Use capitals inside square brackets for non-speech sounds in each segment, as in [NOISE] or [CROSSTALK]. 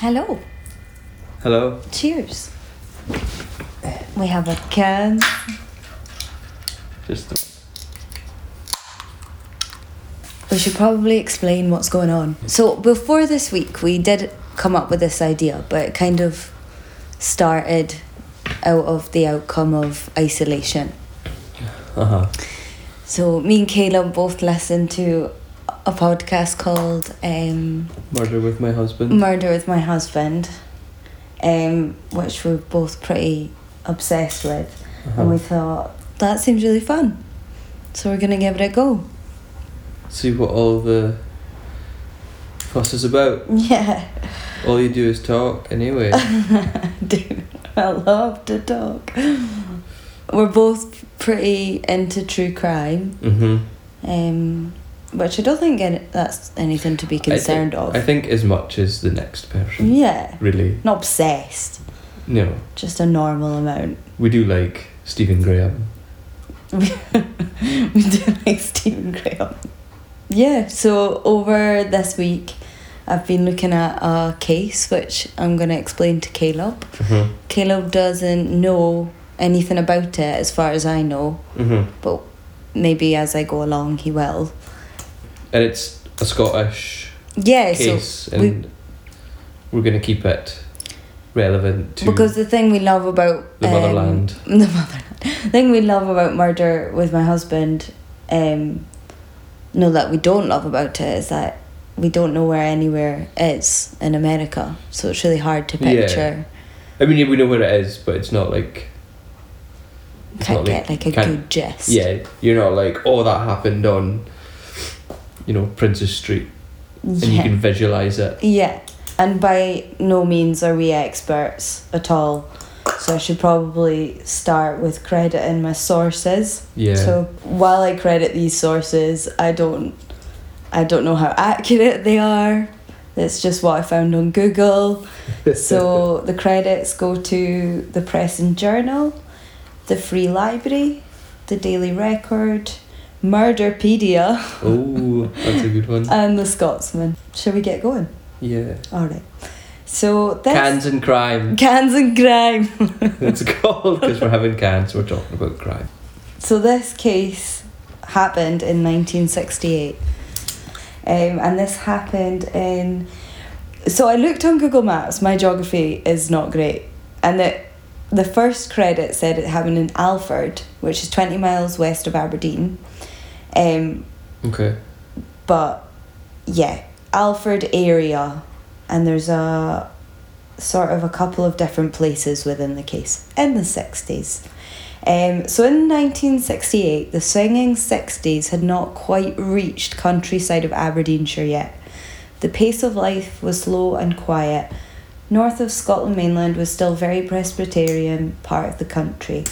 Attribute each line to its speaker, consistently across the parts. Speaker 1: Hello.
Speaker 2: Hello.
Speaker 1: Cheers. We have a can.
Speaker 2: Just
Speaker 1: We should probably explain what's going on. So before this week, we did come up with this idea, but it kind of started out of the outcome of isolation.
Speaker 2: uh huh.
Speaker 1: So me and Caleb both listened to a podcast called um,
Speaker 2: Murder with my husband.
Speaker 1: Murder with My Husband, um, which we're both pretty obsessed with. And we
Speaker 2: uh-huh.
Speaker 1: thought, that seems really fun. So we're going to give it a go.
Speaker 2: See what all the fuss is about.
Speaker 1: [LAUGHS] Yeah,
Speaker 2: All you do is
Speaker 1: [LAUGHS]
Speaker 2: talk anyway.
Speaker 1: dude, I love to talk. We're both pretty into true crime,
Speaker 2: mm-hmm.
Speaker 1: um, which I don't think any- that's anything to be concerned
Speaker 2: I think, I
Speaker 1: of.
Speaker 2: think as much as the next person.
Speaker 1: yeah,
Speaker 2: Really.
Speaker 1: not obsessed,
Speaker 2: No.
Speaker 1: just a normal amount. [LAUGHS]
Speaker 2: We do like Stephen Graham.
Speaker 1: we do like Stephen Graham. Yeah, so over this week, I've been looking at a case which I'm going to explain to Caleb.
Speaker 2: Uh-huh.
Speaker 1: Caleb doesn't know anything about it as far as I know,
Speaker 2: Mm-hmm.
Speaker 1: but maybe as I go along, he will.
Speaker 2: And it's a Scottish
Speaker 1: Yeah, so.
Speaker 2: case and we... are going to keep it relevant to
Speaker 1: Because um, the thing we love about
Speaker 2: the motherland.
Speaker 1: the motherland, the thing we love about murder with my husband, um, no, that we don't love about it is that we don't know where anywhere is in America, so it's really hard to
Speaker 2: Yeah.
Speaker 1: picture.
Speaker 2: I mean, we know where it is, but it's not like. It's
Speaker 1: Can't
Speaker 2: not like-
Speaker 1: get like a
Speaker 2: can't-
Speaker 1: good gist.
Speaker 2: Yeah, you're not like, oh, that happened on, you know, Princess Street, and you
Speaker 1: Yeah.
Speaker 2: can visualize it.
Speaker 1: Yeah, and by no means are we experts at all. So I should probably start with crediting my sources.
Speaker 2: Yeah.
Speaker 1: So while I credit these sources, I don't I don't know how accurate they are. That's just what I found on
Speaker 2: [LAUGHS]
Speaker 1: Google. so the credits go to the Press and Journal, the Free Library, the Daily Record,
Speaker 2: [LAUGHS]
Speaker 1: Murderpedia,
Speaker 2: oh, that's a good one.
Speaker 1: and the Scotsman. Shall we get going?
Speaker 2: Yeah.
Speaker 1: All right. So that's
Speaker 2: Cans and
Speaker 1: [LAUGHS]
Speaker 2: crime. [LAUGHS]
Speaker 1: cans and grime.
Speaker 2: It's called because we're having cans. We're talking about crime.
Speaker 1: So this case happened in 1968, um, and this happened in. So I looked on Google Maps. My geography is not great, and the the first credit said it happened in Alford, which is 20 miles west of Aberdeen. Um,
Speaker 2: Okay.
Speaker 1: but yeah, Alford area, and there's a sort of a couple of different places within the case in the 60s. Um, so in 1968, the swinging 60s had not quite reached countryside of Aberdeenshire yet. The pace of life was slow and quiet. North of Scotland mainland was still very Presbyterian part of the country.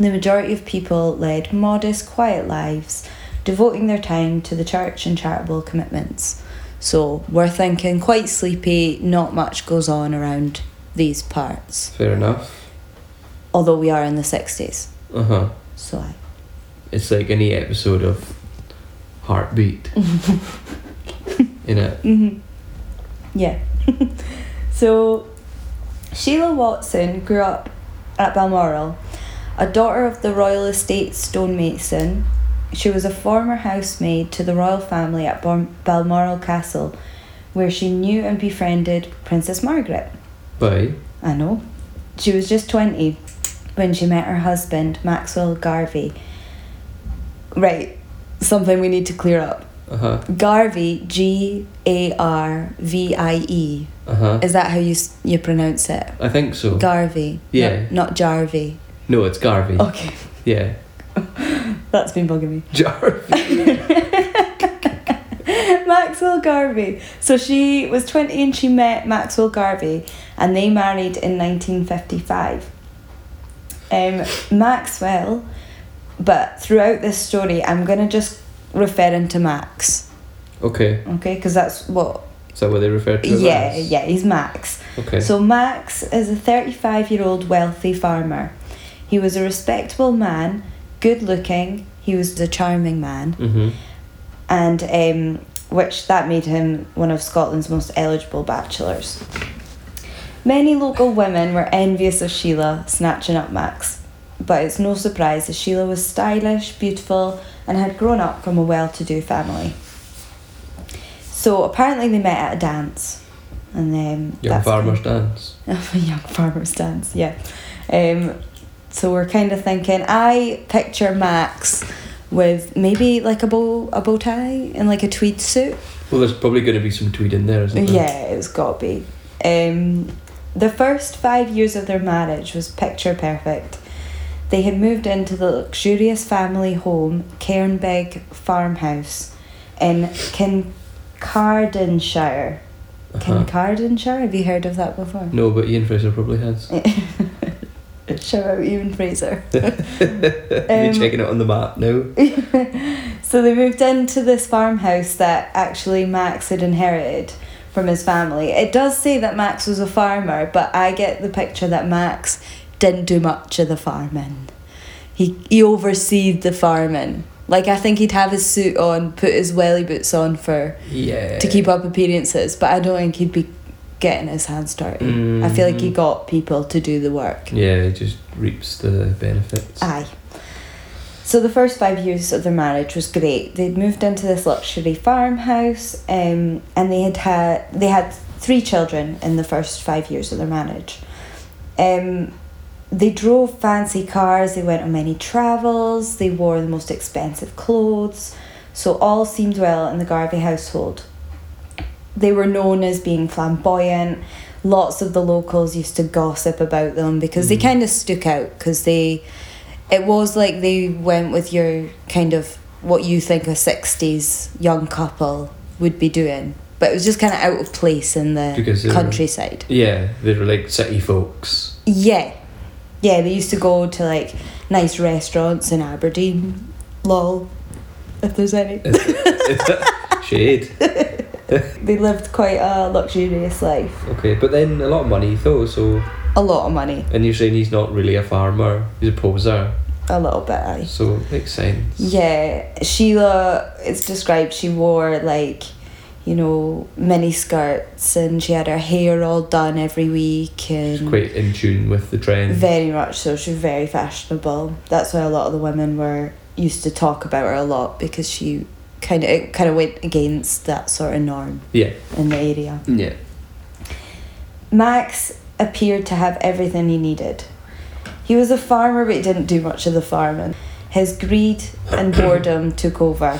Speaker 1: The majority of people led modest, quiet lives, devoting their time to the church and charitable commitments. So we're thinking quite sleepy, not much goes on around these parts,
Speaker 2: Fair enough.
Speaker 1: although we are in the 60s.
Speaker 2: Uh huh.
Speaker 1: So I.
Speaker 2: It's like any episode of
Speaker 1: [LAUGHS]
Speaker 2: Heartbeat. In it.
Speaker 1: hmm Yeah. [LAUGHS] so Sheila Watson grew up at Balmoral, a daughter of the Royal Estate stonemason. She was a former housemaid to the royal family at Bal- Balmoral Castle, where she knew and befriended Princess Margaret.
Speaker 2: Bye.
Speaker 1: I know. She was just 20 when she met her husband, Maxwell Garvey. Right, something we need to clear up.
Speaker 2: Uh huh.
Speaker 1: Garvey, G A R V I E.
Speaker 2: Uh huh.
Speaker 1: Is that how you s- you pronounce it?
Speaker 2: I think so.
Speaker 1: Garvey.
Speaker 2: Yeah. Mm.
Speaker 1: Not, not Jarvey.
Speaker 2: no, it's Garvey.
Speaker 1: Okay, [LAUGHS]
Speaker 2: Yeah. [LAUGHS]
Speaker 1: that's been bugging me. [LAUGHS]
Speaker 2: Jarvey.
Speaker 1: Maxwell Garvey. So she was 20 and she met Maxwell Garvey and they married in 1955. Um, Maxwell, but throughout this story, I'm going to just refer him to Max,
Speaker 2: Okay.
Speaker 1: okay? Because that's what.
Speaker 2: Is that what they refer to? it
Speaker 1: Yeah,
Speaker 2: as?
Speaker 1: yeah, he's Max.
Speaker 2: Okay.
Speaker 1: So Max is a 35 year old wealthy farmer. He was a respectable man, good looking, he was a charming man,
Speaker 2: mm-hmm.
Speaker 1: and um, which that made him one of Scotland's most eligible bachelors. Many local women were envious of Sheila snatching up Max, but it's no surprise that Sheila was stylish, beautiful, and had grown up from a well to do family. So apparently they met at a dance. And um,
Speaker 2: Young
Speaker 1: that's-
Speaker 2: farmers dance.
Speaker 1: of a [LAUGHS] young farmer's dance, yeah. Um, so we're kind of thinking. I picture Max with maybe like a bow, a bow tie, and like a tweed suit.
Speaker 2: Well, there's probably going to be some tweed in there, isn't there?
Speaker 1: Yeah, it's got to be. Um, the first five years of their marriage was picture perfect. They had moved into the luxurious family home, Cairnbeg Farmhouse, in Kincardineshire.
Speaker 2: Uh-huh.
Speaker 1: Kincardineshire? Have you heard of that before?
Speaker 2: No, but Ian Fraser
Speaker 1: [LAUGHS]
Speaker 2: probably has.
Speaker 1: Shout out Ian Fraser.
Speaker 2: Are
Speaker 1: Um,
Speaker 2: you checking it on the map now?
Speaker 1: so they moved into this farmhouse that actually Max had inherited from his family. It does say that Max was a farmer, but I get the picture that Max didn't do much of the farming. He he overseed the farming. Like I think he'd have his suit on, put his welly boots on for
Speaker 2: Yeah.
Speaker 1: to keep up appearances, but I don't think he'd be getting his hands dirty. I feel like he
Speaker 2: Mhm.
Speaker 1: got people to do the work.
Speaker 2: Yeah, he just reaps the benefits.
Speaker 1: Aye. So the first five years of their marriage was great. They'd moved into this luxury farmhouse, um, and they had had they had three children in the first five years of their marriage. Um, they drove fancy cars. They went on many travels. They wore the most expensive clothes. So all seemed well in the Garvey household. They were known as being flamboyant. Lots of the locals used to gossip about them because they
Speaker 2: Mm.
Speaker 1: kind of stuck out because they it was like they went with your kind of what you think a 60s young couple would be doing but it was just kind of out of place in the
Speaker 2: Because they were-
Speaker 1: countryside
Speaker 2: Yeah, they were like city folks. [LAUGHS]
Speaker 1: yeah yeah they used to go to like nice restaurants in aberdeen lol if there's any
Speaker 2: Shade.
Speaker 1: they lived quite a luxurious life
Speaker 2: Okay, but then a lot of money though, so.
Speaker 1: a lot of money
Speaker 2: And you're saying he's not really a farmer, he's a poser.
Speaker 1: a little bit aye.
Speaker 2: So it makes sense.
Speaker 1: Yeah, Sheila. It's described she wore like, you know, mini skirts, and she had her hair all done every week,
Speaker 2: He's
Speaker 1: and
Speaker 2: quite in tune with the trend.
Speaker 1: very much so. She was very fashionable. That's why a lot of the women were used to talk about her a lot because she kind of it kind of went against that sort of norm
Speaker 2: yeah.
Speaker 1: in the area.
Speaker 2: Yeah.
Speaker 1: Max appeared to have everything he needed. He was a farmer, but he didn't do much of the farming. His greed
Speaker 2: [CLEARS THROAT]
Speaker 1: and boredom took over.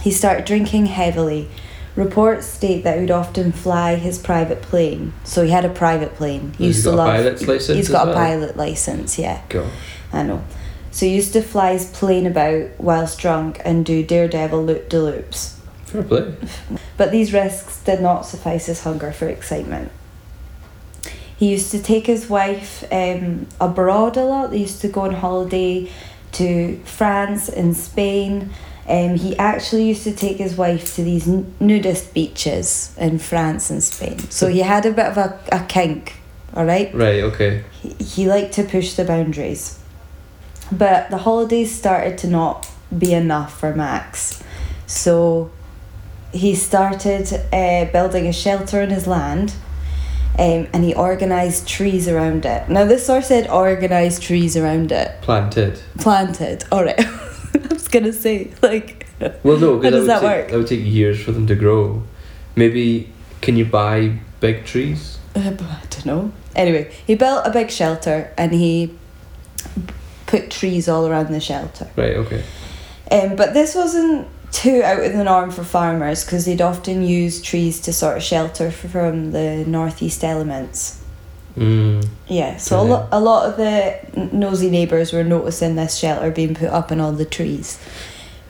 Speaker 1: He started drinking heavily. Reports state that he would often fly his private plane. So he had a private plane. He
Speaker 2: Has
Speaker 1: used
Speaker 2: he
Speaker 1: to
Speaker 2: got a
Speaker 1: love.
Speaker 2: pilot's license
Speaker 1: He's
Speaker 2: as
Speaker 1: got a
Speaker 2: well?
Speaker 1: pilot license. Yeah,
Speaker 2: Gosh.
Speaker 1: I know. So he used to fly his plane about whilst drunk and do daredevil loop de loops.
Speaker 2: Fair play.
Speaker 1: But these risks did not suffice his hunger for excitement. He used to take his wife um, abroad a lot. They used to go on holiday to France and Spain. Um, he actually used to take his wife to these n- nudist beaches in France and Spain. So he had a bit of a, a kink, all right?
Speaker 2: Right, okay.
Speaker 1: he, he liked to push the boundaries. But the holidays started to not be enough for Max. So he started uh, building a shelter on his land um, and he organised trees around it. Now, this source said organised trees around it,
Speaker 2: Planted.
Speaker 1: planted. All right. [LAUGHS] I was going to say, like, [LAUGHS]
Speaker 2: Well, no,
Speaker 1: How
Speaker 2: because
Speaker 1: does
Speaker 2: that,
Speaker 1: that
Speaker 2: would
Speaker 1: work?
Speaker 2: take, that would take years for them to grow. Maybe, can you buy big trees?
Speaker 1: Uh, but I don't know. Anyway, he built a big shelter and he put trees all around the shelter.
Speaker 2: Right, okay.
Speaker 1: Um, but this wasn't too out of the norm for farmers because they'd often use trees to sort of shelter from the northeast elements.
Speaker 2: Mm.
Speaker 1: Yeah, so a, lo-
Speaker 2: Brilliant.
Speaker 1: a lot of the n- nosy neighbours were noticing this shelter being put up in all the trees.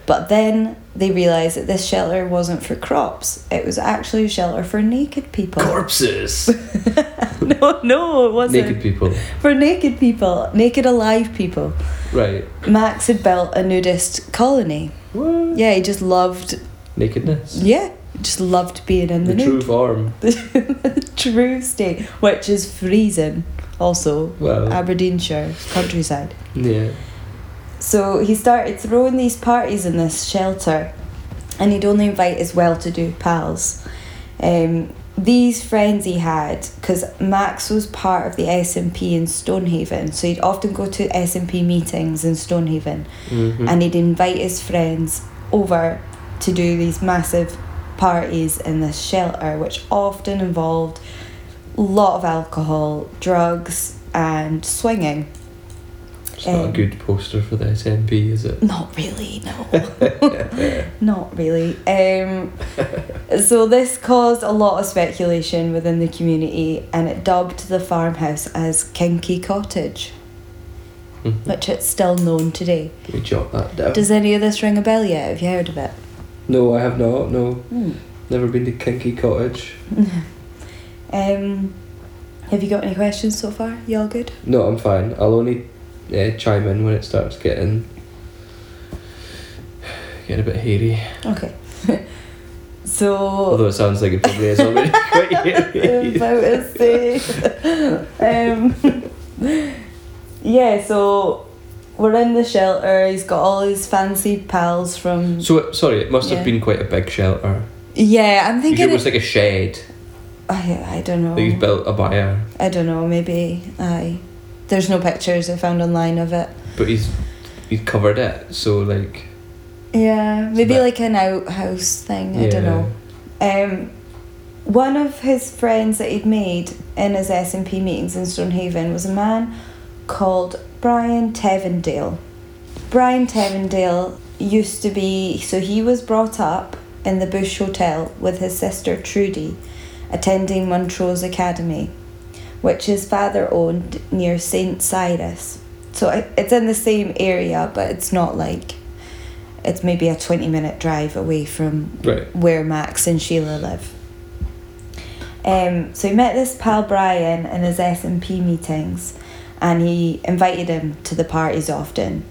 Speaker 1: But then they realised that this shelter wasn't for crops, it was actually a shelter for naked people.
Speaker 2: Corpses!
Speaker 1: [LAUGHS] no, no, it wasn't.
Speaker 2: Naked people.
Speaker 1: For naked people, naked alive people.
Speaker 2: Right.
Speaker 1: Max had built a nudist colony.
Speaker 2: What?
Speaker 1: Yeah, he just loved
Speaker 2: Nakedness.
Speaker 1: Yeah, just loved being in the,
Speaker 2: the true
Speaker 1: nude.
Speaker 2: form.
Speaker 1: The true state, which is freezing, also
Speaker 2: Well,
Speaker 1: Aberdeenshire countryside.
Speaker 2: yeah.
Speaker 1: So he started throwing these parties in this shelter, and he'd only invite his well-to-do pals. Um, these friends he had, because Max was part of the S&P in Stonehaven, so he'd often go to S&P meetings in Stonehaven,
Speaker 2: Mhm.
Speaker 1: and he'd invite his friends over to do these massive parties in this shelter, which often involved a lot of alcohol, drugs, and swinging.
Speaker 2: it's not a
Speaker 1: um,
Speaker 2: good poster for the SNP, is it?
Speaker 1: Not really, no. [LAUGHS] Not really. [LAUGHS] Um, so this caused a lot of speculation within the community, and it dubbed the farmhouse as Kinky Cottage,
Speaker 2: Mhm.
Speaker 1: which it's still known today.
Speaker 2: Let me jot that down.
Speaker 1: Does any of this ring a bell yet? Have you heard of it?
Speaker 2: no, I have not. No,
Speaker 1: Hmm.
Speaker 2: never been to Kinky Cottage.
Speaker 1: [LAUGHS] Um, have you got any questions so far? You all good?
Speaker 2: No, I'm fine. I'll only uh, chime in when it starts getting getting a bit hairy.
Speaker 1: Okay. [LAUGHS] so.
Speaker 2: Although it sounds like it probably is already [LAUGHS] quite
Speaker 1: [LAUGHS]
Speaker 2: hairy.
Speaker 1: about to say. [LAUGHS] um, [LAUGHS] yeah, so we're in the shelter. He's got all his fancy pals from.
Speaker 2: So it- sorry, it must
Speaker 1: Yeah.
Speaker 2: have been quite a big shelter.
Speaker 1: Yeah, I'm
Speaker 2: It
Speaker 1: thinking.
Speaker 2: was like a shed
Speaker 1: I, I don't know.
Speaker 2: that he's built up by air,
Speaker 1: I don't know. Maybe I. There's no pictures I found online of it.
Speaker 2: but he's he's covered it. So like,
Speaker 1: Yeah, maybe
Speaker 2: But-
Speaker 1: like an outhouse thing. I don't
Speaker 2: Yeah.
Speaker 1: know. Um, one of his friends that he'd made in his S and P meetings in Stonehaven was a man called Brian Tevendale. Brian Tevendale used to be so he was brought up in the Bush Hotel with his sister Trudy, attending Montrose Academy, which his father owned near Saint Cyrus. So it- it's in the same area, but it's not like it's maybe a twenty-minute drive away from
Speaker 2: right,
Speaker 1: where Max and Sheila live. Um, so he met this pal Brian in his S and P meetings, and he invited him to the parties often.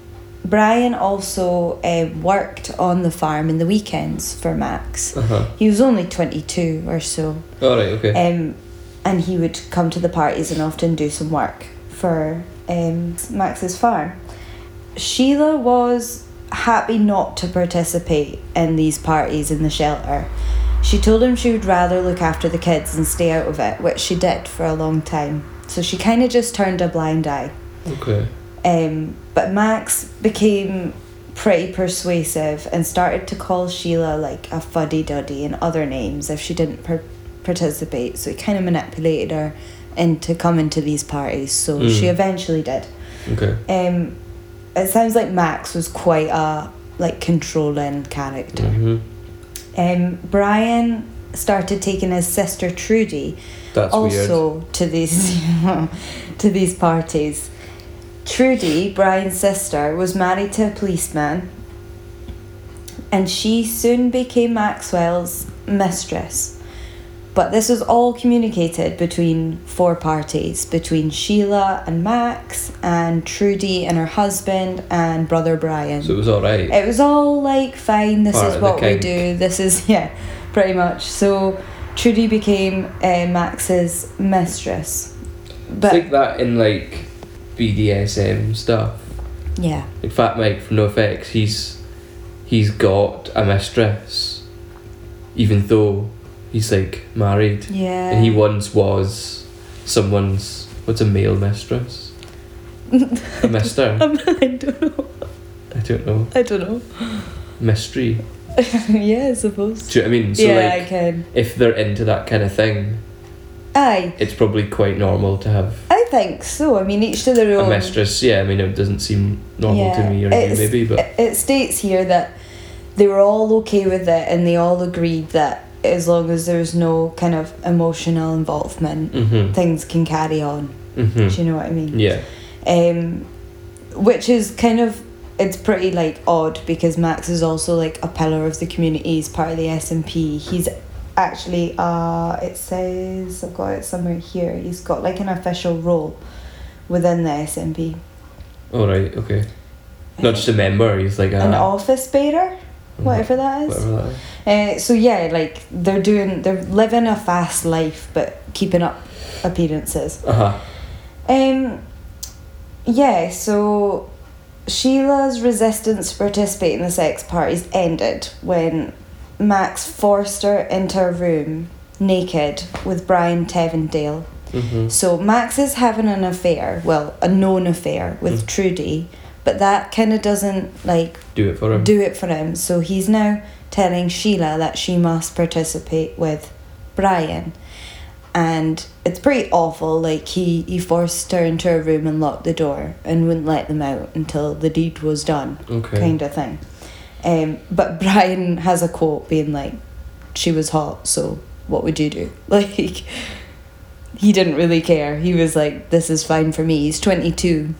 Speaker 1: Brian also uh, worked on the farm in the weekends for Max.
Speaker 2: uh huh.
Speaker 1: He was only twenty two or so,
Speaker 2: All right, okay.
Speaker 1: um, and he would come to the parties and often do some work for um, Max's farm. Sheila was happy not to participate in these parties in the shelter. She told him she would rather look after the kids and stay out of it, which she did for a long time. So she kind of just turned a blind eye.
Speaker 2: Okay.
Speaker 1: Um, but Max became pretty persuasive and started to call Sheila like a fuddy duddy and other names if she didn't par- participate. So he kind of manipulated her into coming to these parties. So
Speaker 2: Mm.
Speaker 1: she eventually did.
Speaker 2: Okay.
Speaker 1: Um, it sounds like Max was quite a like controlling character.
Speaker 2: hmm
Speaker 1: Um, Brian started taking his sister Trudy
Speaker 2: That's weird.
Speaker 1: also um, to these [LAUGHS] to these parties. Trudy, Brian's sister, was married to a policeman, and she soon became Maxwell's mistress. But this was all communicated between four parties between Sheila and Max, and Trudy and her husband, and brother Brian.
Speaker 2: So it was all right.
Speaker 1: It was all like fine. This
Speaker 2: Part
Speaker 1: is
Speaker 2: of the
Speaker 1: what we
Speaker 2: kink.
Speaker 1: do. This is [LAUGHS] yeah, pretty much. So Trudy became uh, Max's mistress,
Speaker 2: It's
Speaker 1: but
Speaker 2: like that in like BDSM stuff.
Speaker 1: yeah,
Speaker 2: Like Fat Mike from NoFX, he's he's got a mistress, even though he's like married,
Speaker 1: yeah.
Speaker 2: and he once was someone's what's a male mistress, a mister.
Speaker 1: [LAUGHS] I don't know.
Speaker 2: I don't know
Speaker 1: I don't know. [LAUGHS]
Speaker 2: mystery.
Speaker 1: yeah, I suppose.
Speaker 2: Do you know what I mean? So
Speaker 1: yeah, I
Speaker 2: like,
Speaker 1: can.
Speaker 2: if they're into that kind of thing,
Speaker 1: Aye,
Speaker 2: it's probably quite normal to have
Speaker 1: I think so. I mean, each to their own.
Speaker 2: a mistress. Yeah, I mean it doesn't seem normal
Speaker 1: Yeah,
Speaker 2: to me or you
Speaker 1: it's-
Speaker 2: maybe, but
Speaker 1: It, it states here that they were all okay with it, and they all agreed that as long as there was no kind of emotional involvement,
Speaker 2: hmm
Speaker 1: things can carry on.
Speaker 2: hmm
Speaker 1: Do you know what I mean?
Speaker 2: yeah.
Speaker 1: um, which is kind of it's pretty like odd because Max is also like a pillar of the community. He's part of the S and P. He's actually uh, it says I've got it somewhere here. He's got like an official role within the S and P.
Speaker 2: All right. Okay. Not just a member. He's like a
Speaker 1: an office bearer, whatever that is.
Speaker 2: Whatever that is.
Speaker 1: Uh, so yeah, like they're doing, they're living a fast life but keeping up appearances.
Speaker 2: Uh huh.
Speaker 1: Um, yeah, so Sheila's resistance to participate in the sex parties ended when Max forced her into a room naked with Brian Tevendale.
Speaker 2: hmm
Speaker 1: So Max is having an affair, well, a known affair with
Speaker 2: Mm.
Speaker 1: Trudy, but that kind of doesn't like
Speaker 2: Do it for him.
Speaker 1: do it for him. So he's now telling Sheila that she must participate with Brian. And it's pretty awful. Like he, he forced her into a room and locked the door and wouldn't let them out until the deed was done
Speaker 2: okay.
Speaker 1: kind of thing. Um, but [LAUGHS] Brian has a quote being like, "She was hot, so what would you do?" [LAUGHS] Like, he didn't really care. He was like, "This is fine for me." He's twenty two.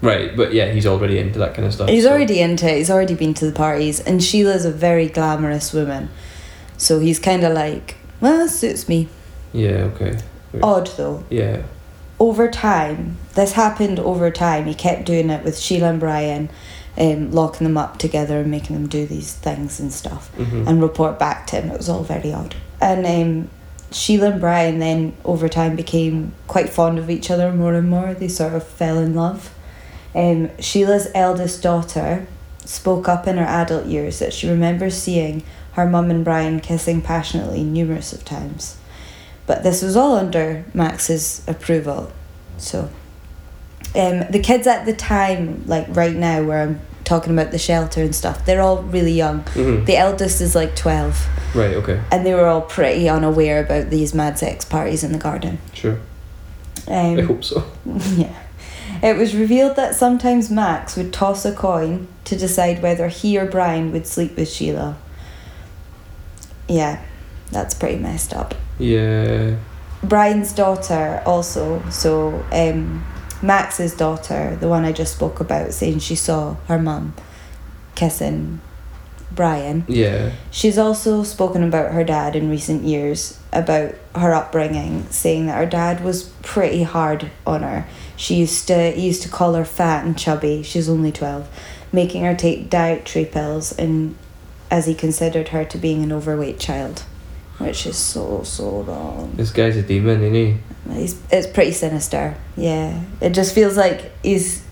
Speaker 2: Right, but yeah, he's already into that kind of stuff.
Speaker 1: He's
Speaker 2: so-
Speaker 1: already into it. He's already been to the parties, and Sheila's a very glamorous woman, so he's kind of like, "Well, suits me."
Speaker 2: Yeah. Okay.
Speaker 1: Odd though.
Speaker 2: Yeah.
Speaker 1: over time, this happened over time. He kept doing it with Sheila and Brian, um, locking them up together and making them do these things and stuff
Speaker 2: Mhm.
Speaker 1: and report back to him. It was all very odd. And um, Sheila and Brian then over time became quite fond of each other more and more. They sort of fell in love. Um, Sheila's eldest daughter spoke up in her adult years that she remembers seeing her mum and Brian kissing passionately numerous of times. But this was all under Max's approval. So um, the kids at the time, like right now where I'm talking about the shelter and stuff, they're all really young.
Speaker 2: Mhm.
Speaker 1: The eldest is like 12,
Speaker 2: Right. Okay.
Speaker 1: and they were all pretty unaware about these mad sex parties in the garden.
Speaker 2: Sure. I
Speaker 1: Um,
Speaker 2: hope so.
Speaker 1: [LAUGHS] yeah. It was revealed that sometimes Max would toss a coin to decide whether he or Brian would sleep with Sheila. Yeah, that's pretty messed up.
Speaker 2: Yeah.
Speaker 1: Brian's daughter also, so um, Max's daughter, the one I just spoke about, saying she saw her mum kissing Brian.
Speaker 2: Yeah.
Speaker 1: She's also spoken about her dad in recent years, about her upbringing, saying that her dad was pretty hard on her. She used to he used to call her fat and chubby. She's only twelve, making her take dietary pills, and as he considered her to being an overweight child, which is so so wrong.
Speaker 2: This guy's a demon, isn't he?
Speaker 1: It's, it's pretty sinister. Yeah, it just feels like he's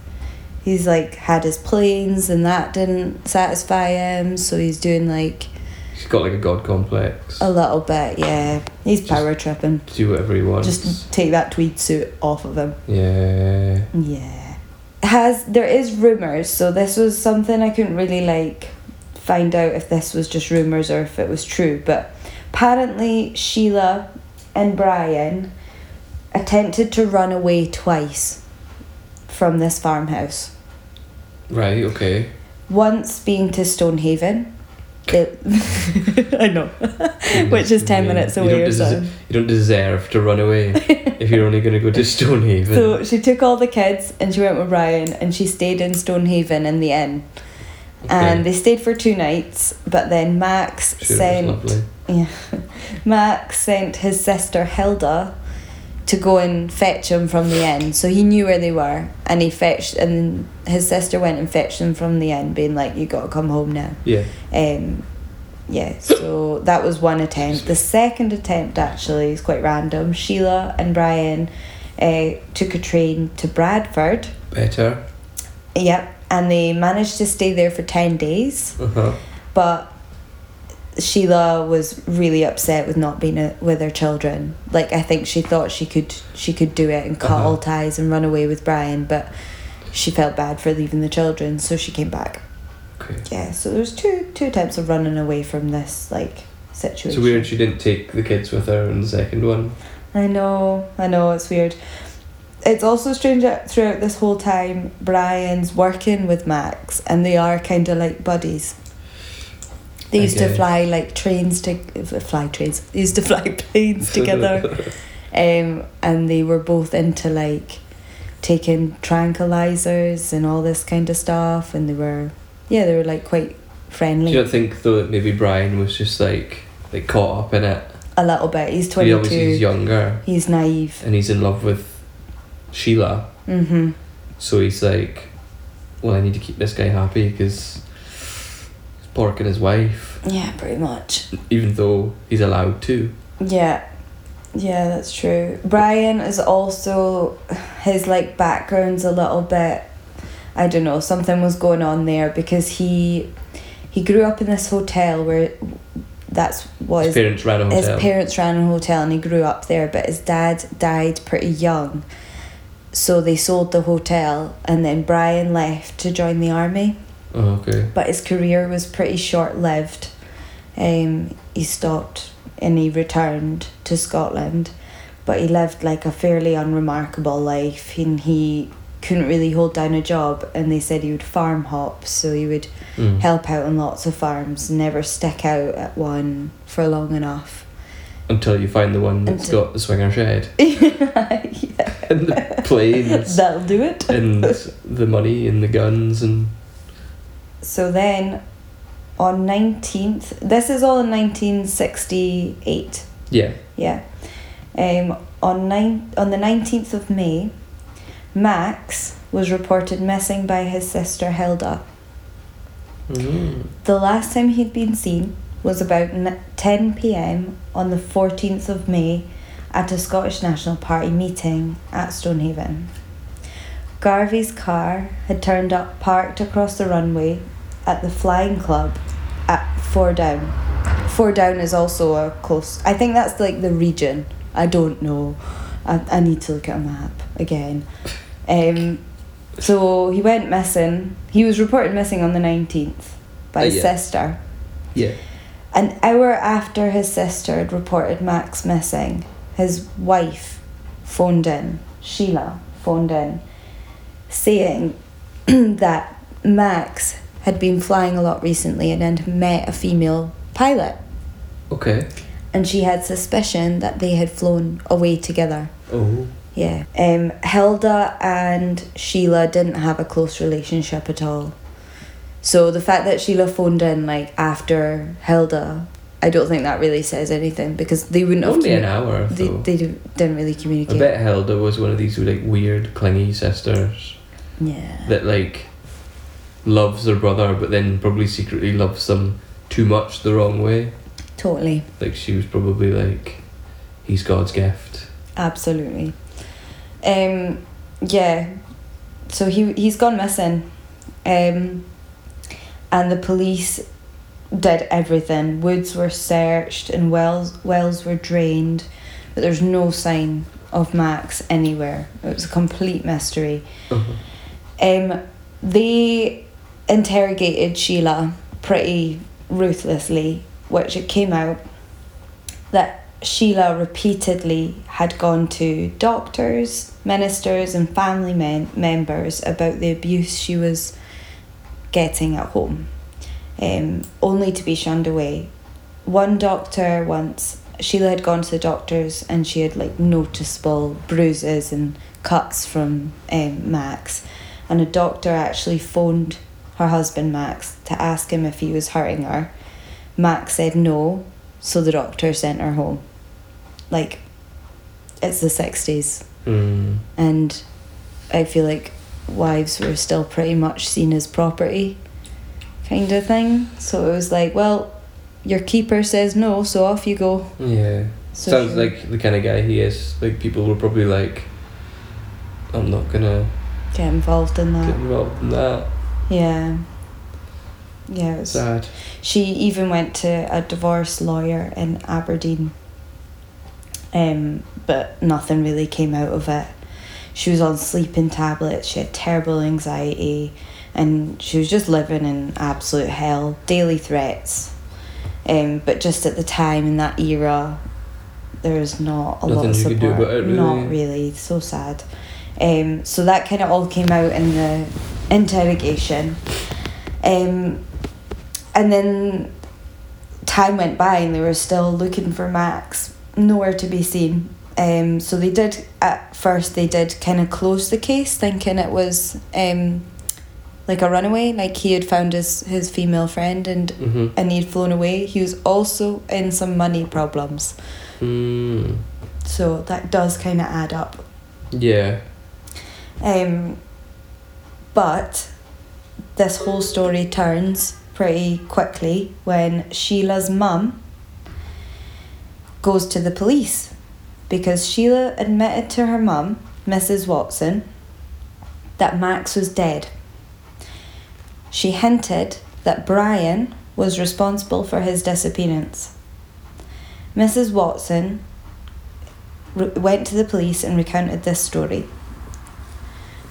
Speaker 1: he's like had his planes and that didn't satisfy him, so he's doing like
Speaker 2: He's got like a god complex.
Speaker 1: a little bit, yeah. He's
Speaker 2: Just-
Speaker 1: power tripping.
Speaker 2: Do whatever he wants.
Speaker 1: Just take that tweed suit off of him.
Speaker 2: Yeah.
Speaker 1: Yeah. Has there is rumors, so this was something I couldn't really like find out if this was just rumors or if it was true, but apparently Sheila and Brian attempted to run away twice from this farmhouse.
Speaker 2: Right. Okay.
Speaker 1: Once being to
Speaker 2: [LAUGHS]
Speaker 1: Stonehaven. They- [LAUGHS] I know. [LAUGHS] Which is 10
Speaker 2: Yeah.
Speaker 1: minutes
Speaker 2: You
Speaker 1: away
Speaker 2: don't
Speaker 1: or
Speaker 2: deser-
Speaker 1: something.
Speaker 2: You don't deserve to run
Speaker 1: [LAUGHS]
Speaker 2: away if you're only going to go to Stonehaven.
Speaker 1: So she took all the kids and she went with Ryan and she stayed in Stonehaven in the inn. And they stayed for two nights, but then Max
Speaker 2: Sure, it was
Speaker 1: sent
Speaker 2: lovely.
Speaker 1: yeah, Max sent his sister Hilda to go and fetch him from the inn. So he knew where they were and he fetched and his sister went and fetched them from the inn, being like, You gotta come home now.
Speaker 2: Yeah.
Speaker 1: Um, yeah, so that was one attempt. The second attempt actually is quite random. Sheila and Brian uh, took a train to Bradford.
Speaker 2: Better.
Speaker 1: Yep, and they managed to stay there for 10 days,
Speaker 2: Uh huh.
Speaker 1: but Sheila was really upset with not being a, with her children. Like I think she thought she could she could do it and cut
Speaker 2: Uh-huh.
Speaker 1: all ties and run away with Brian, but she felt bad for leaving the children, so she came back.
Speaker 2: Okay.
Speaker 1: Yeah, so there's two two types of running away from this like
Speaker 2: So
Speaker 1: situation.
Speaker 2: weird she didn't take the kids with her in the second one.
Speaker 1: I know, I know, it's weird. It's also strange that throughout this whole time, Brian's working with Max, and they are kind of like buddies. They used to
Speaker 2: Okay.
Speaker 1: fly like trains to fly trains. [LAUGHS] They used to fly planes
Speaker 2: [LAUGHS]
Speaker 1: together, um, and they were both into like taking tranquilizers and all this kind of stuff. And they were, yeah, they were like quite
Speaker 2: Do
Speaker 1: friendly.
Speaker 2: you not think though that maybe Brian was just like like caught up in it?
Speaker 1: A little bit. He's
Speaker 2: He
Speaker 1: 22.
Speaker 2: obviously is younger
Speaker 1: He's naive.
Speaker 2: and he's in love with Sheila,
Speaker 1: Mm-hmm.
Speaker 2: so he's like, well, I need to keep this guy happy because he's porking his wife,
Speaker 1: Yeah, pretty much.
Speaker 2: even though he's allowed to.
Speaker 1: Yeah. Yeah, that's true. Brian is also his like background's a little bit I don't know, something was going on there because he he grew up in this hotel where that's what
Speaker 2: His
Speaker 1: his
Speaker 2: parents ran a
Speaker 1: his
Speaker 2: hotel.
Speaker 1: parents ran a hotel and he grew up there, but his dad died pretty young. So they sold the hotel and then Brian left to join the army,
Speaker 2: oh, okay.
Speaker 1: but his career was pretty short lived. Um, he stopped and he returned to Scotland, but he lived like a fairly unremarkable life and he couldn't really hold down a job and they said he would farm hop, so he would
Speaker 2: Mm.
Speaker 1: help out on lots of farms, never stick out at one for long enough. [LAUGHS]
Speaker 2: Until you find the one that's
Speaker 1: Until-
Speaker 2: got the swinger shed
Speaker 1: yeah,
Speaker 2: and the planes
Speaker 1: that'll do it.
Speaker 2: and the money and the guns and
Speaker 1: So then on 19th, this is all in 1968.
Speaker 2: yeah.
Speaker 1: Yeah. Um, on, nine, on the 19th of May, Max was reported missing by his sister Hilda.
Speaker 2: Mm.
Speaker 1: The last time he'd been seen was about n- 10 pm on the 14th of May at a Scottish National Party meeting at Stonehaven. Garvey's car had turned up parked across the runway at the Flying Club at Four Down. Four Down is also a close, I think that's like the region. I don't know. I, I need to look at a map again. Um, so he went missing. He was reported missing on the 19th by
Speaker 2: Uh,
Speaker 1: his
Speaker 2: yeah.
Speaker 1: sister.
Speaker 2: Yeah.
Speaker 1: An hour after his sister had reported Max missing, his wife phoned in, Sheila phoned in, saying [CLEARS THROAT] that Max had been flying a lot recently and had met a female pilot,
Speaker 2: Okay.
Speaker 1: and she had suspicion that they had flown away together.
Speaker 2: Oh.
Speaker 1: Yeah. Um, Hilda and Sheila didn't have a close relationship at all. So the fact that Sheila phoned in like after Hilda, I don't think that really says anything because they wouldn't have.
Speaker 2: Only an
Speaker 1: commu-
Speaker 2: hour
Speaker 1: they,
Speaker 2: though.
Speaker 1: they di- didn't really
Speaker 2: I
Speaker 1: communicate.
Speaker 2: bet Hilda was one of these like weird clingy sisters
Speaker 1: Yeah.
Speaker 2: that like loves her brother but then probably secretly loves them too much the wrong way.
Speaker 1: Totally.
Speaker 2: Like she was probably like he's God's gift.
Speaker 1: Absolutely. Um, yeah. So he he's gone missing, um, and the police did everything. Woods were searched and wells wells were drained, but there's no sign of Max anywhere. It was a complete mystery.
Speaker 2: Uh-huh.
Speaker 1: Um, they interrogated Sheila pretty ruthlessly, which it came out that Sheila repeatedly had gone to doctors, ministers, and family men- members about the abuse she was getting at home, um, only to be shunned away. One doctor once, Sheila had gone to the doctors and she had like noticeable bruises and cuts from um, Max and a doctor actually phoned her husband Max to ask him if he was hurting her. Max said no, so the doctor sent her home. Like, it's the 60s,
Speaker 2: Mm.
Speaker 1: and I feel like wives were still pretty much seen as property kind of thing. So it was like, well, your keeper says no, so off you go.
Speaker 2: Yeah.
Speaker 1: So
Speaker 2: Sounds
Speaker 1: she-
Speaker 2: like the kind of guy he is. Like people were probably like I'm not gonna
Speaker 1: get involved in
Speaker 2: get
Speaker 1: that.
Speaker 2: involved in that.
Speaker 1: Yeah. Yeah, it was
Speaker 2: Sad.
Speaker 1: She even went to a divorce lawyer in Aberdeen, um, but nothing really came out of it. She was on sleeping tablets, she had terrible anxiety, and she was just living in absolute hell, daily threats. Um, but just at the time in that era, there was not a lot
Speaker 2: Nothing
Speaker 1: of
Speaker 2: you
Speaker 1: support.
Speaker 2: could do about it,
Speaker 1: Not
Speaker 2: really.
Speaker 1: really, so sad. Um, so that kind of all came out in the interrogation. Um, and then time went by and they were still looking for Max, nowhere to be seen. Um, so they did at first they did kind of close the case, thinking it was um, like a runaway, like he had found his his female friend and
Speaker 2: hmm
Speaker 1: and he'd flown away. He was also in some money problems,
Speaker 2: Mm.
Speaker 1: so that does kind of add up.
Speaker 2: Yeah.
Speaker 1: Um, but this whole story turns pretty quickly when Sheila's mum goes to the police because Sheila admitted to her mum, Mrs. Watson, that Max was dead. She hinted that Brian was responsible for his disappearance. Mrs. Watson re- went to the police and recounted this story.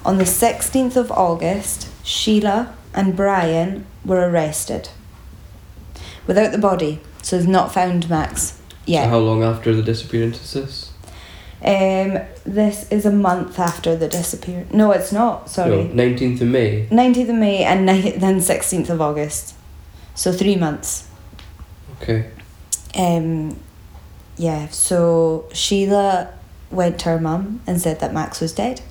Speaker 1: On the 16th of August, Sheila and Brian were arrested without the body, so they've not found Max
Speaker 2: So
Speaker 1: yet.
Speaker 2: how long after the disappearance is this?
Speaker 1: Um, this is a month after the disappearance. No, it's not, sorry.
Speaker 2: No, 19th of May.
Speaker 1: 19th of May and ni- then 16th of August. So three months.
Speaker 2: Okay.
Speaker 1: Um, yeah, so Sheila went to her mum and said that Max was dead.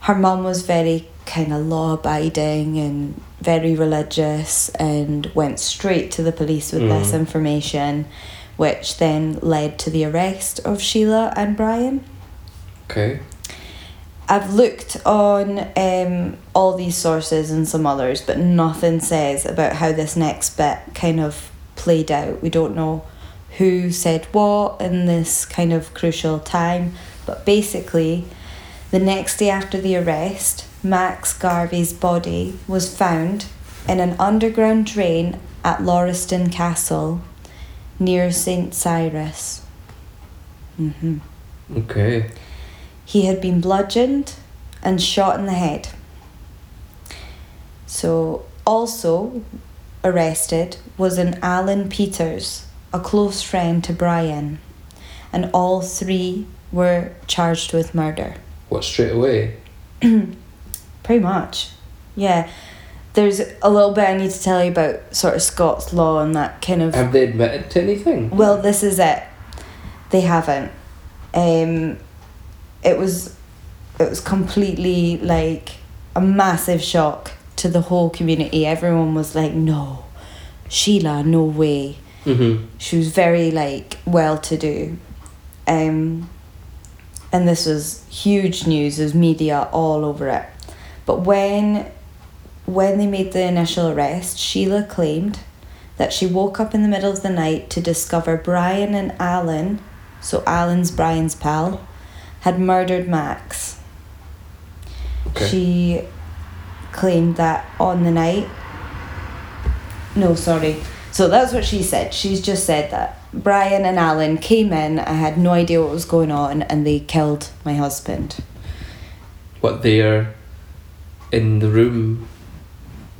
Speaker 1: Her mum was very kind of law abiding and very religious and went straight to the police with this
Speaker 2: Mm.
Speaker 1: information, which then led to the arrest of Sheila and Brian.
Speaker 2: Okay.
Speaker 1: I've looked on um, all these sources and some others, but nothing says about how this next bit kind of played out. We don't know who said what in this kind of crucial time, but basically, the next day after the arrest, Max Garvey's body was found in an underground drain at Lauriston Castle near St. Cyrus. hmm
Speaker 2: Okay.
Speaker 1: he had been bludgeoned and shot in the head. So, also arrested was an Alan Peters, a close friend to Brian, and all three were charged with murder.
Speaker 2: What, straight away?
Speaker 1: Pretty much. Yeah. There's a little bit I need to tell you about sort of Scots law and that kind of.
Speaker 2: Have they admitted to anything?
Speaker 1: Mm. Well, this is it. They haven't. Um, it was, it was completely like a massive shock to the whole community. Everyone was like, "No, Sheila, no way."
Speaker 2: Mm-hmm.
Speaker 1: She was very like well to do, um, and this was huge news. There's media all over it. But when, when they made the initial arrest, Sheila claimed that she woke up in the middle of the night to discover Brian and Alan, so Alan's Brian's pal, had murdered Max.
Speaker 2: Okay.
Speaker 1: She claimed that on the night. No, sorry. So that's what she said. She's just said that Brian and Alan came in. I had no idea what was going on, and they killed my husband.
Speaker 2: What, they're in the room?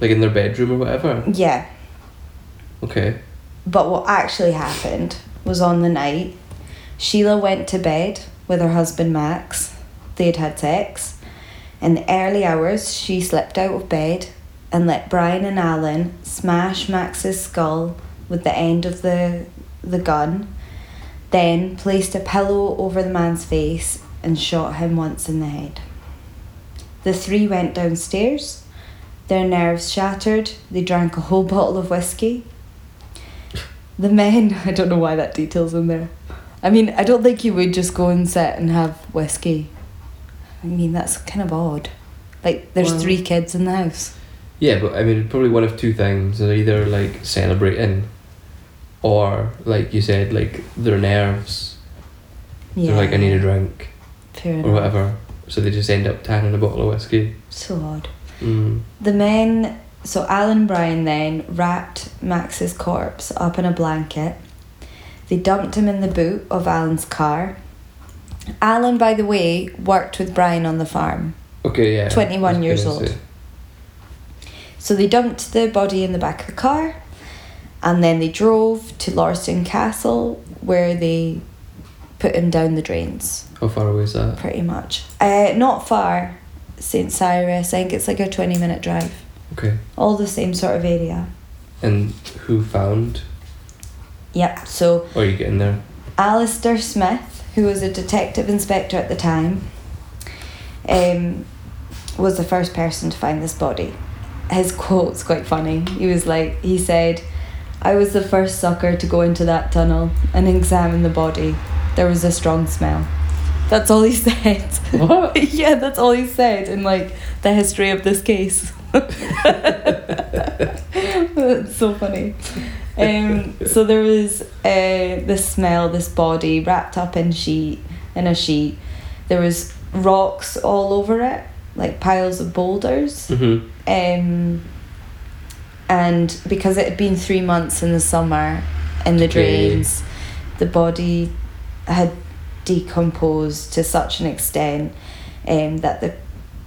Speaker 2: Like in their bedroom or whatever?
Speaker 1: Yeah,
Speaker 2: Okay.
Speaker 1: but what actually happened was on the night, Sheila went to bed with her husband Max. They'd had sex. In the early hours, she slipped out of bed and let Brian and Alan smash Max's skull with the end of the, the gun, then placed a pillow over the man's face and shot him once in the head. The three went downstairs, their nerves shattered, they drank a whole [LAUGHS] bottle of whiskey. The men, [LAUGHS] I don't know why that detail's in there. I mean, I don't think you would just go and sit and have whiskey. I mean, that's kind of odd. Like, there's
Speaker 2: Well-
Speaker 1: three kids in the house.
Speaker 2: Yeah, but I mean, probably one of two things. They're either like celebrating, or like you said, like their nerves.
Speaker 1: Yeah.
Speaker 2: They're like, I need a drink
Speaker 1: Fair
Speaker 2: or
Speaker 1: enough.
Speaker 2: whatever. So they just end up tanning a bottle of whiskey.
Speaker 1: So odd.
Speaker 2: Mm.
Speaker 1: The men, so Alan Bryan then wrapped Max's corpse up in a blanket. They dumped him in the boot of Alan's car. Alan, by the way, worked with Brian on the farm.
Speaker 2: Okay, yeah.
Speaker 1: 21
Speaker 2: I was
Speaker 1: years
Speaker 2: gonna
Speaker 1: old.
Speaker 2: say.
Speaker 1: So they dumped the body in the back of the car and then they drove to Lauriston Castle where they put him down the drains.
Speaker 2: How far away is that?
Speaker 1: pretty much. Uh, not far, St. Cyrus. I think it's like a 20 minute drive.
Speaker 2: Okay.
Speaker 1: All the same sort of area.
Speaker 2: And who found?
Speaker 1: Yep, so
Speaker 2: Or you
Speaker 1: [LAUGHS]
Speaker 2: getting there?
Speaker 1: Alistair Smith, who was a detective inspector at the time, um, was the first person to find this body. His quote's quite funny. He was like, he said, I was the first sucker to go into that tunnel and examine the body. There was a strong smell. That's all he [LAUGHS] said.
Speaker 2: What?
Speaker 1: [LAUGHS] yeah, that's all he said in like the history of this case. that's so funny. Um, so there was uh, this smell, this body wrapped up in sheet in a sheet. There was rocks all over it, like piles of boulders.
Speaker 2: hmm
Speaker 1: Um, and because it had been three months in the summer in the
Speaker 2: Okay.
Speaker 1: drains, the body had decomposed to such an extent um, that the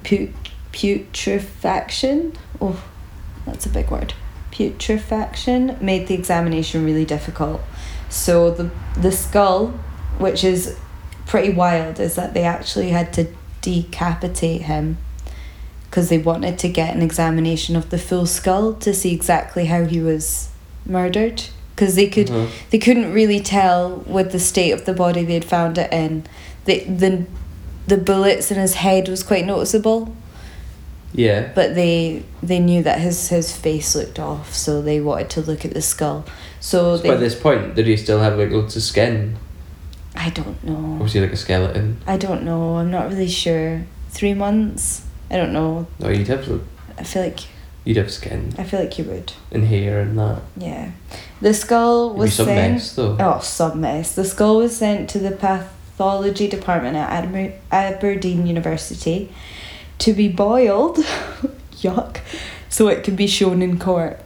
Speaker 1: pu- putrefaction, oh, that's a big word, putrefaction made the examination really difficult. So the, the skull, which is pretty wild, is that they actually had to decapitate him because they wanted to get an examination of the full skull to see exactly how he was murdered because they could
Speaker 2: Uh-huh.
Speaker 1: they couldn't really tell with the state of the body they had found it in. The the the bullets in his head was quite noticeable,
Speaker 2: Yeah.
Speaker 1: but they they knew that his his face looked off, so they wanted to look at the skull. So
Speaker 2: So by
Speaker 1: they,
Speaker 2: this point, did he still have like loads of skin?
Speaker 1: I don't know.
Speaker 2: Was he like a skeleton?
Speaker 1: I don't know. I'm not really sure. Three months. I don't know.
Speaker 2: No, you'd have lo-
Speaker 1: I feel like
Speaker 2: you'd have skin
Speaker 1: I feel like you would.
Speaker 2: and hair and that.
Speaker 1: Yeah. The skull
Speaker 2: It'd be
Speaker 1: was
Speaker 2: some
Speaker 1: sent.
Speaker 2: mess though.
Speaker 1: Oh, some mess. The skull was sent to the pathology department at Admi- Aberdeen University to be boiled. [LAUGHS] Yuck. So it could be shown in court.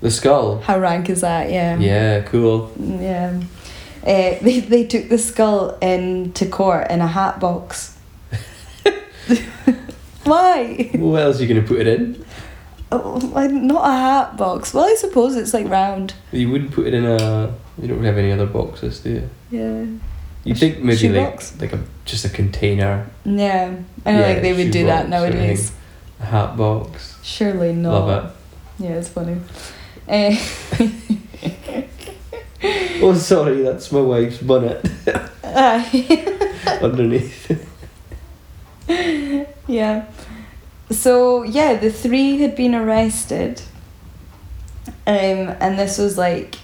Speaker 2: The skull.
Speaker 1: How rank is that? Yeah.
Speaker 2: Yeah, cool.
Speaker 1: Yeah. Uh, [LAUGHS] they, they took the skull in to court in a hat box. Why?
Speaker 2: what else are you gonna put it in?
Speaker 1: Oh, like, not a hat box. Well, I suppose it's like round.
Speaker 2: You wouldn't put it in a. You don't have any other boxes, do you?
Speaker 1: Yeah.
Speaker 2: You think maybe
Speaker 1: shoebox?
Speaker 2: like like a just a container,
Speaker 1: Yeah. I don't
Speaker 2: Yeah,
Speaker 1: think they would do that
Speaker 2: shoebox or anything.
Speaker 1: nowadays.
Speaker 2: a hat box.
Speaker 1: Surely not.
Speaker 2: Love it.
Speaker 1: Yeah, it's funny. Eh, [LAUGHS]
Speaker 2: Oh, sorry, that's my
Speaker 1: [LAUGHS]
Speaker 2: wife's bonnet
Speaker 1: aye.
Speaker 2: underneath.
Speaker 1: [LAUGHS] yeah. So yeah, the three had been arrested. Um, and this was like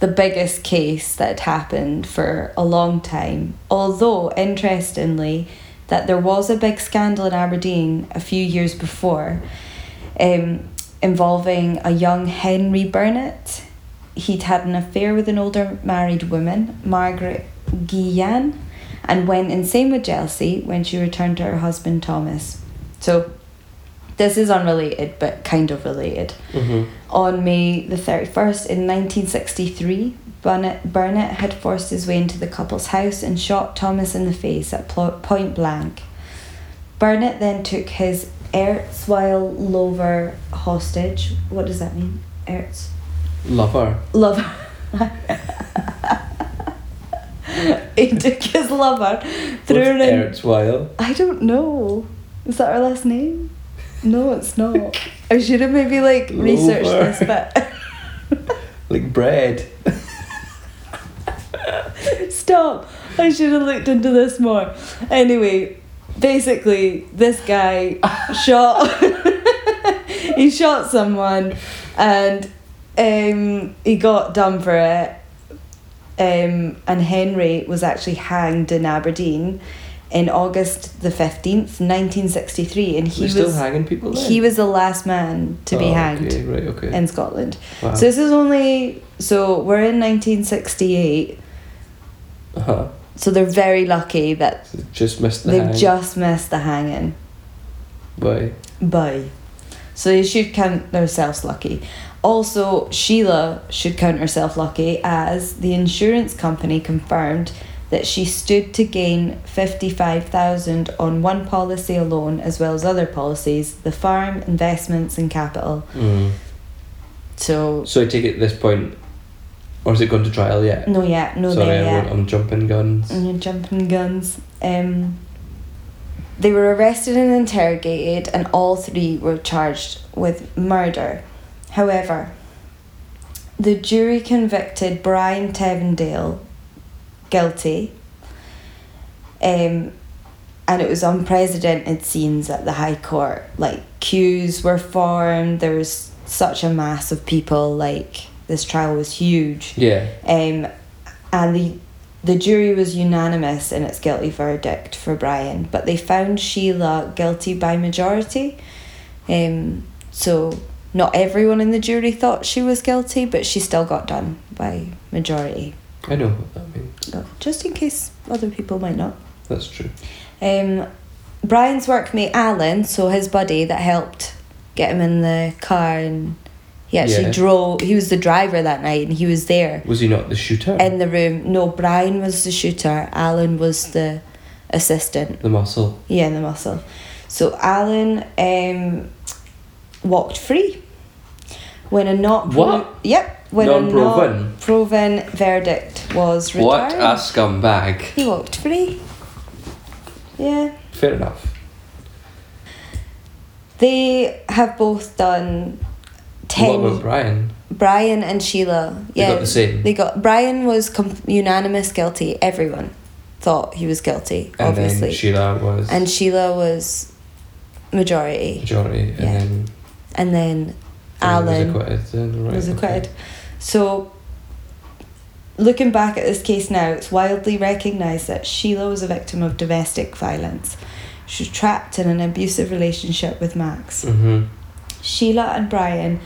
Speaker 1: the biggest case that had happened for a long time. Although, interestingly, that there was a big scandal in Aberdeen a few years before um, involving a young Henry Burnett. He'd had an affair with an older married woman, Margaret Guillan, and went insane with jealousy when she returned to her husband Thomas. So, this is unrelated, but kind of related.
Speaker 2: hmm
Speaker 1: On May the 31st in 1963, Burnett, Burnett had forced his way into the couple's house and shot Thomas in the face at plo- point blank. Burnett then took his erstwhile lover hostage. What does that mean? Erts?
Speaker 2: Lover.
Speaker 1: Lover. [LAUGHS] he took his lover, threw
Speaker 2: What's er-
Speaker 1: her in.
Speaker 2: Ertzweil?
Speaker 1: I don't know. Is that our last name? No, it's not. I should have maybe like researched
Speaker 2: Lover.
Speaker 1: this, but
Speaker 2: Like bread.
Speaker 1: [LAUGHS] stop. I should have looked into this more. Anyway, basically, this guy shot. [LAUGHS] he shot someone, and um, he got done for it. Um, and Henry was actually hanged in Aberdeen in August the fifteenth, nineteen sixty-three, and he
Speaker 2: We're
Speaker 1: was
Speaker 2: still hanging people then?
Speaker 1: he was the last man to be
Speaker 2: Oh,
Speaker 1: hanged
Speaker 2: Okay, right, okay. Ah.
Speaker 1: in Scotland.
Speaker 2: wow.
Speaker 1: So this is only so we're in 1968.
Speaker 2: uh-huh.
Speaker 1: So they're very lucky that
Speaker 2: So just missed the
Speaker 1: they've
Speaker 2: hang.
Speaker 1: just missed the hanging.
Speaker 2: Why?
Speaker 1: Bye. So they should count themselves lucky. Also, Sheila should count herself lucky as the insurance company confirmed that she stood to gain 55,000 on one policy alone as well as other policies, the farm, investments and capital.
Speaker 2: Mm.
Speaker 1: So
Speaker 2: So I take it at this point, or has it gone to trial yet?
Speaker 1: no yet, no
Speaker 2: Sorry,
Speaker 1: there
Speaker 2: I
Speaker 1: yet. Mm-hmm.
Speaker 2: won't- I'm jumping guns.
Speaker 1: and you're jumping guns. Um, they were arrested and interrogated, and all three were charged with murder. However, the jury convicted Brian Tevendale guilty, um, and it was unprecedented scenes at the High Court. Like, queues were formed, there was such a mass of people, like, this trial was huge.
Speaker 2: Yeah.
Speaker 1: Um, and the the jury was unanimous in its guilty verdict for Brian, but they found Sheila guilty by majority. Um, so not everyone in the jury thought she was guilty, but she still got done by majority.
Speaker 2: I know what that means.
Speaker 1: Uh, Just in case other people might not.
Speaker 2: That's true.
Speaker 1: Um, Brian's workmate Alan, so his buddy that helped get him in the car and He actually
Speaker 2: Yeah.
Speaker 1: drove. He was the driver that night, and he was there
Speaker 2: Was he not the shooter?
Speaker 1: in the room. No, Brian was the shooter. Alan was the assistant.
Speaker 2: the muscle.
Speaker 1: Yeah, the muscle. So Alan um, walked free when a not
Speaker 2: What?
Speaker 1: yep when a
Speaker 2: Non-proven?
Speaker 1: not proven verdict was
Speaker 2: What Ah.
Speaker 1: returned.
Speaker 2: a scumbag.
Speaker 1: he walked free. Yeah,
Speaker 2: Fair enough.
Speaker 1: they have both done ten.
Speaker 2: What about Brian?
Speaker 1: Brian and Sheila.
Speaker 2: They
Speaker 1: Yeah,
Speaker 2: got the same.
Speaker 1: They got Brian was com- unanimous guilty. Everyone thought he was guilty,
Speaker 2: And
Speaker 1: obviously,
Speaker 2: then Sheila was
Speaker 1: and Sheila was majority,
Speaker 2: majority, and
Speaker 1: Yeah.
Speaker 2: then
Speaker 1: and then
Speaker 2: and then
Speaker 1: Alan.
Speaker 2: was acquitted. then, right,
Speaker 1: was
Speaker 2: okay.
Speaker 1: acquitted. So, looking back at this case now, it's widely recognised that Sheila was a victim of domestic violence. She was trapped in an abusive relationship with Max.
Speaker 2: Mhm.
Speaker 1: Sheila and Brian,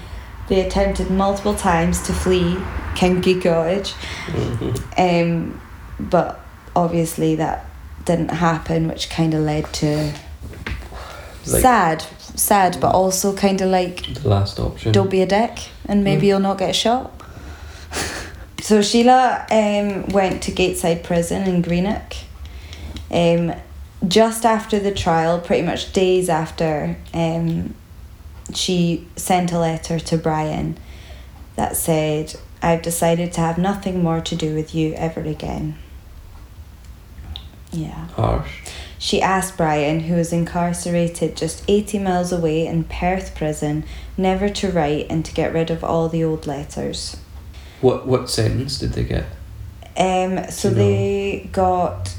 Speaker 1: they attempted multiple times to flee Kinky Cottage,
Speaker 2: Mhm.
Speaker 1: um, but obviously that didn't happen, which kind of led to
Speaker 2: Like-
Speaker 1: sad, sad, but also kind of like
Speaker 2: The last option.
Speaker 1: don't be a dick and maybe
Speaker 2: Mm.
Speaker 1: you'll not get shot. so Sheila um, went to Gateside Prison in Greenock. Um, just after the trial, pretty much days after, um, she sent a letter to Brian that said, I've decided to have nothing more to do with you ever again. Yeah.
Speaker 2: Harsh.
Speaker 1: She asked Brian, who was incarcerated just 80 miles away in Perth prison, never to write and to get rid of all the old letters.
Speaker 2: What what sentence did they get?
Speaker 1: Um, so
Speaker 2: No.
Speaker 1: they got.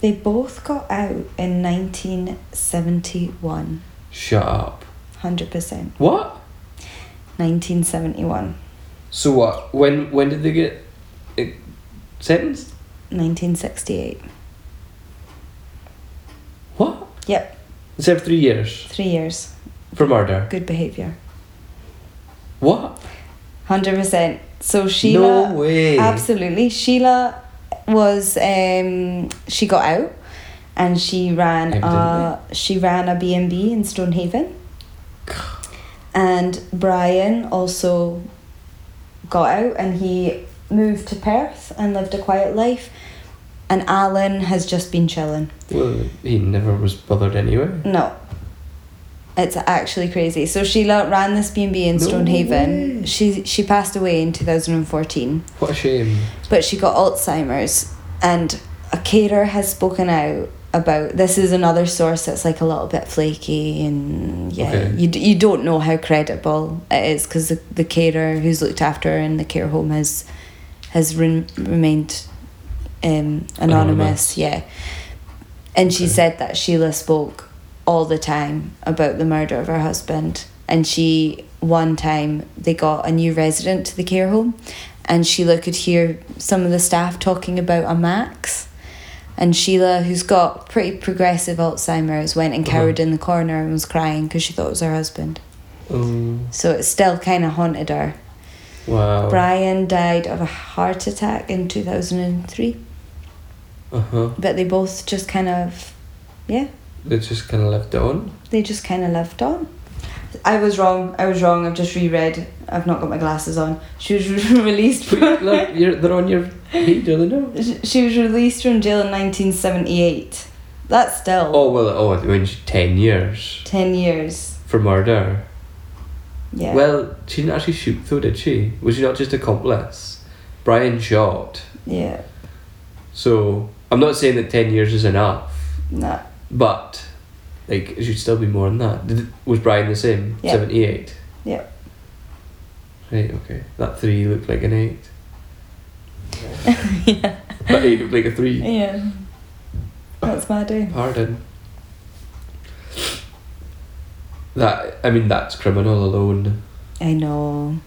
Speaker 1: They both got out in 1971.
Speaker 2: Shut up.
Speaker 1: 100%. 1971.
Speaker 2: What? So what? When when did they get it, sentenced?
Speaker 1: 1968.
Speaker 2: What?
Speaker 1: Yep,
Speaker 2: It's every three years
Speaker 1: three years.
Speaker 2: for murder.
Speaker 1: Good behaviour.
Speaker 2: What?
Speaker 1: 100%. So Sheila.
Speaker 2: no way.
Speaker 1: Absolutely. Sheila was um she got out and she ran a she ran a B&B in Stonehaven. And Brian also got out and he moved to Perth and lived a quiet life. And Alan has just been chilling.
Speaker 2: Well, he never was bothered anyway.
Speaker 1: No. It's actually crazy. So Sheila ran this B&B in
Speaker 2: No
Speaker 1: Stonehaven.
Speaker 2: way.
Speaker 1: She she passed away in 2014
Speaker 2: What a shame.
Speaker 1: but she got Alzheimer's, and a carer has spoken out about this. Is another source that's like a little bit flaky, and yeah,
Speaker 2: Okay.
Speaker 1: you, d- you don't know how credible it is because the, the carer who's looked after her in the care home has has rem- remained um, anonymous,
Speaker 2: Anonymous.
Speaker 1: yeah. And she
Speaker 2: Okay.
Speaker 1: said that Sheila spoke all the time about the murder of her husband. And she, one time, they got a new resident to the care home, and Sheila could hear some of the staff talking about a Max. And Sheila, who's got pretty progressive Alzheimer's, went and
Speaker 2: Mhm.
Speaker 1: cowered in the corner and was crying because she thought it was her husband.
Speaker 2: Oh
Speaker 1: So it still kind of haunted her.
Speaker 2: wow.
Speaker 1: Brian died of a heart attack in 2003,
Speaker 2: Uh huh.
Speaker 1: but they both just kind of, yeah,
Speaker 2: They just kind of left it on.
Speaker 1: they just kind of lived on. I was wrong. I was wrong. I've just reread. I've not got my glasses on. She was [LAUGHS] released.
Speaker 2: But
Speaker 1: From,
Speaker 2: look, you're, they're on your page, are they not?
Speaker 1: Sh- [LAUGHS] she was released from jail in 1978. That's still
Speaker 2: Oh well. Oh, I mean, she's ten years
Speaker 1: ten years.
Speaker 2: for murder.
Speaker 1: Yeah.
Speaker 2: Well, she didn't actually shoot though, did she? Was she not just accomplice? Brian shot.
Speaker 1: yeah.
Speaker 2: So I'm not saying that ten years is enough,
Speaker 1: Nah.
Speaker 2: but like it should still be more than that. Did, was Brian the same?
Speaker 1: Yeah.
Speaker 2: Seventy-eight.
Speaker 1: Yeah.
Speaker 2: Right. Okay. That three looked like
Speaker 1: [LAUGHS]
Speaker 2: an eight. yeah. That eight looked like a three.
Speaker 1: Yeah. That's my day.
Speaker 2: Pardon. That I mean that's criminal alone.
Speaker 1: I know.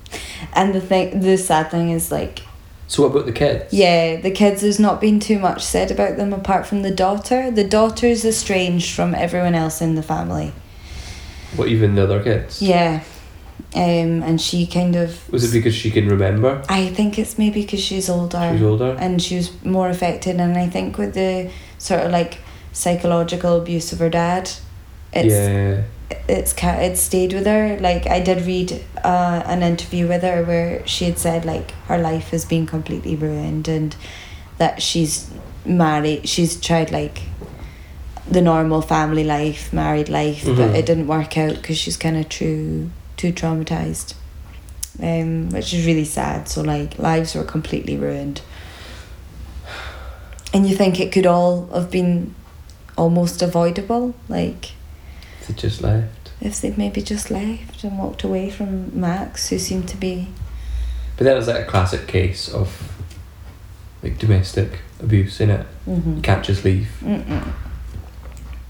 Speaker 1: And the thing, the sad thing is like,
Speaker 2: So what about the kids?
Speaker 1: yeah, the kids. There's not been too much said about them apart from the daughter. The daughter's estranged from everyone else in the family.
Speaker 2: What even the other kids?
Speaker 1: Yeah. Um, and she kind of.
Speaker 2: Was it because she can remember?
Speaker 1: I think it's maybe because she's older.
Speaker 2: She's older.
Speaker 1: and she was more affected and i think with the sort of like psychological abuse of her dad it's
Speaker 2: yeah.
Speaker 1: it's ca- it stayed with her. Like I did read uh, an interview with her where she had said like her life has been completely ruined and that she's married. She's tried like the normal family life, married life, but
Speaker 2: Mhm.
Speaker 1: it didn't work out because she's kind of too too traumatized. Um, which is really sad. So like lives were completely ruined. And you think it could all have been almost avoidable, like
Speaker 2: They just left.
Speaker 1: if they'd maybe just left and walked away from Max, who seemed to be.
Speaker 2: But that was like a classic case of like domestic abuse, innit? You
Speaker 1: Mm-hmm.
Speaker 2: can't just leave.
Speaker 1: Mm-mm.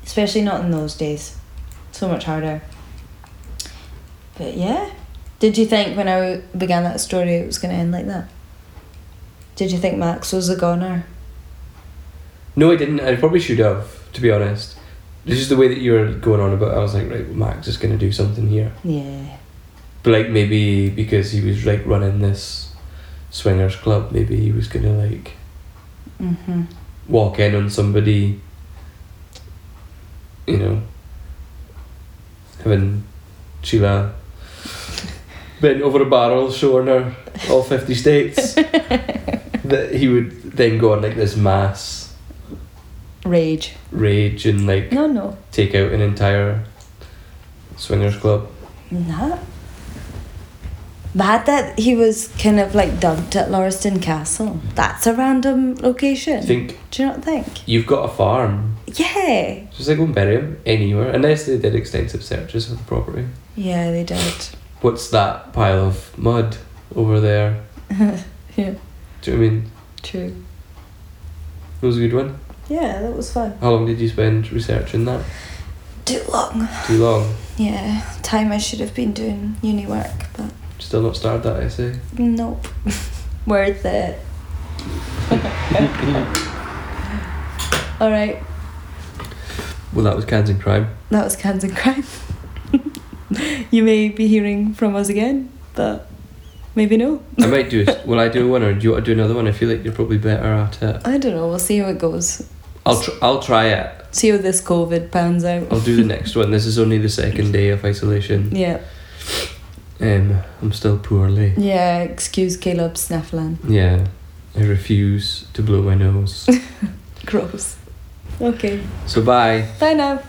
Speaker 1: Especially not in those days. So much harder. But yeah. Did you think when I began that story it was going to end like that? Did you think Max was a goner?
Speaker 2: No, I didn't. I probably should have, to be honest. It's just the way that you were going on about. it, I was like, right, well, Max is going to do something here,
Speaker 1: Yeah.
Speaker 2: but like maybe because he was like running this swingers club, maybe he was going to like
Speaker 1: Mm-hmm.
Speaker 2: walk in on somebody, you know, having Sheila [LAUGHS] bent over a barrel, showing her all fifty states. that he would then go on like this mass
Speaker 1: Rage.
Speaker 2: rage and like
Speaker 1: No, no.
Speaker 2: take out an entire swingers club.
Speaker 1: Nah. Bad that he was kind of like dumped at Lauriston Castle. That's a random location.
Speaker 2: I think
Speaker 1: Do you not think?
Speaker 2: you've got a farm.
Speaker 1: Yeah.
Speaker 2: Just like go and bury him anywhere, unless they did extensive searches of the property.
Speaker 1: Yeah, they did.
Speaker 2: What's that pile of mud over there?
Speaker 1: Yeah,
Speaker 2: Do you know what I mean?
Speaker 1: true.
Speaker 2: That was a good one.
Speaker 1: Yeah, that was fun.
Speaker 2: How long did you spend researching that?
Speaker 1: Too long.
Speaker 2: Too long.
Speaker 1: Yeah, time I should have been doing uni work, but
Speaker 2: Still not started that essay.
Speaker 1: nope. [LAUGHS] Worth [LAUGHS] it. All right,
Speaker 2: Well, that was Cans and Crime.
Speaker 1: that was Cans and Crime. [LAUGHS] you may be hearing from us again, but maybe no.
Speaker 2: I might do. A, will I do one or do you want to do another one? I feel like you're probably better at it.
Speaker 1: I don't know, we'll see how it goes.
Speaker 2: I'll tr- I'll try it.
Speaker 1: See how this COVID pans out.
Speaker 2: I'll do the next one. This is only the second day of isolation.
Speaker 1: Yeah,
Speaker 2: Um, I'm still poorly.
Speaker 1: yeah, excuse Caleb Snifflin.
Speaker 2: Yeah, I refuse to blow my nose.
Speaker 1: Gross. Okay,
Speaker 2: so bye.
Speaker 1: bye now.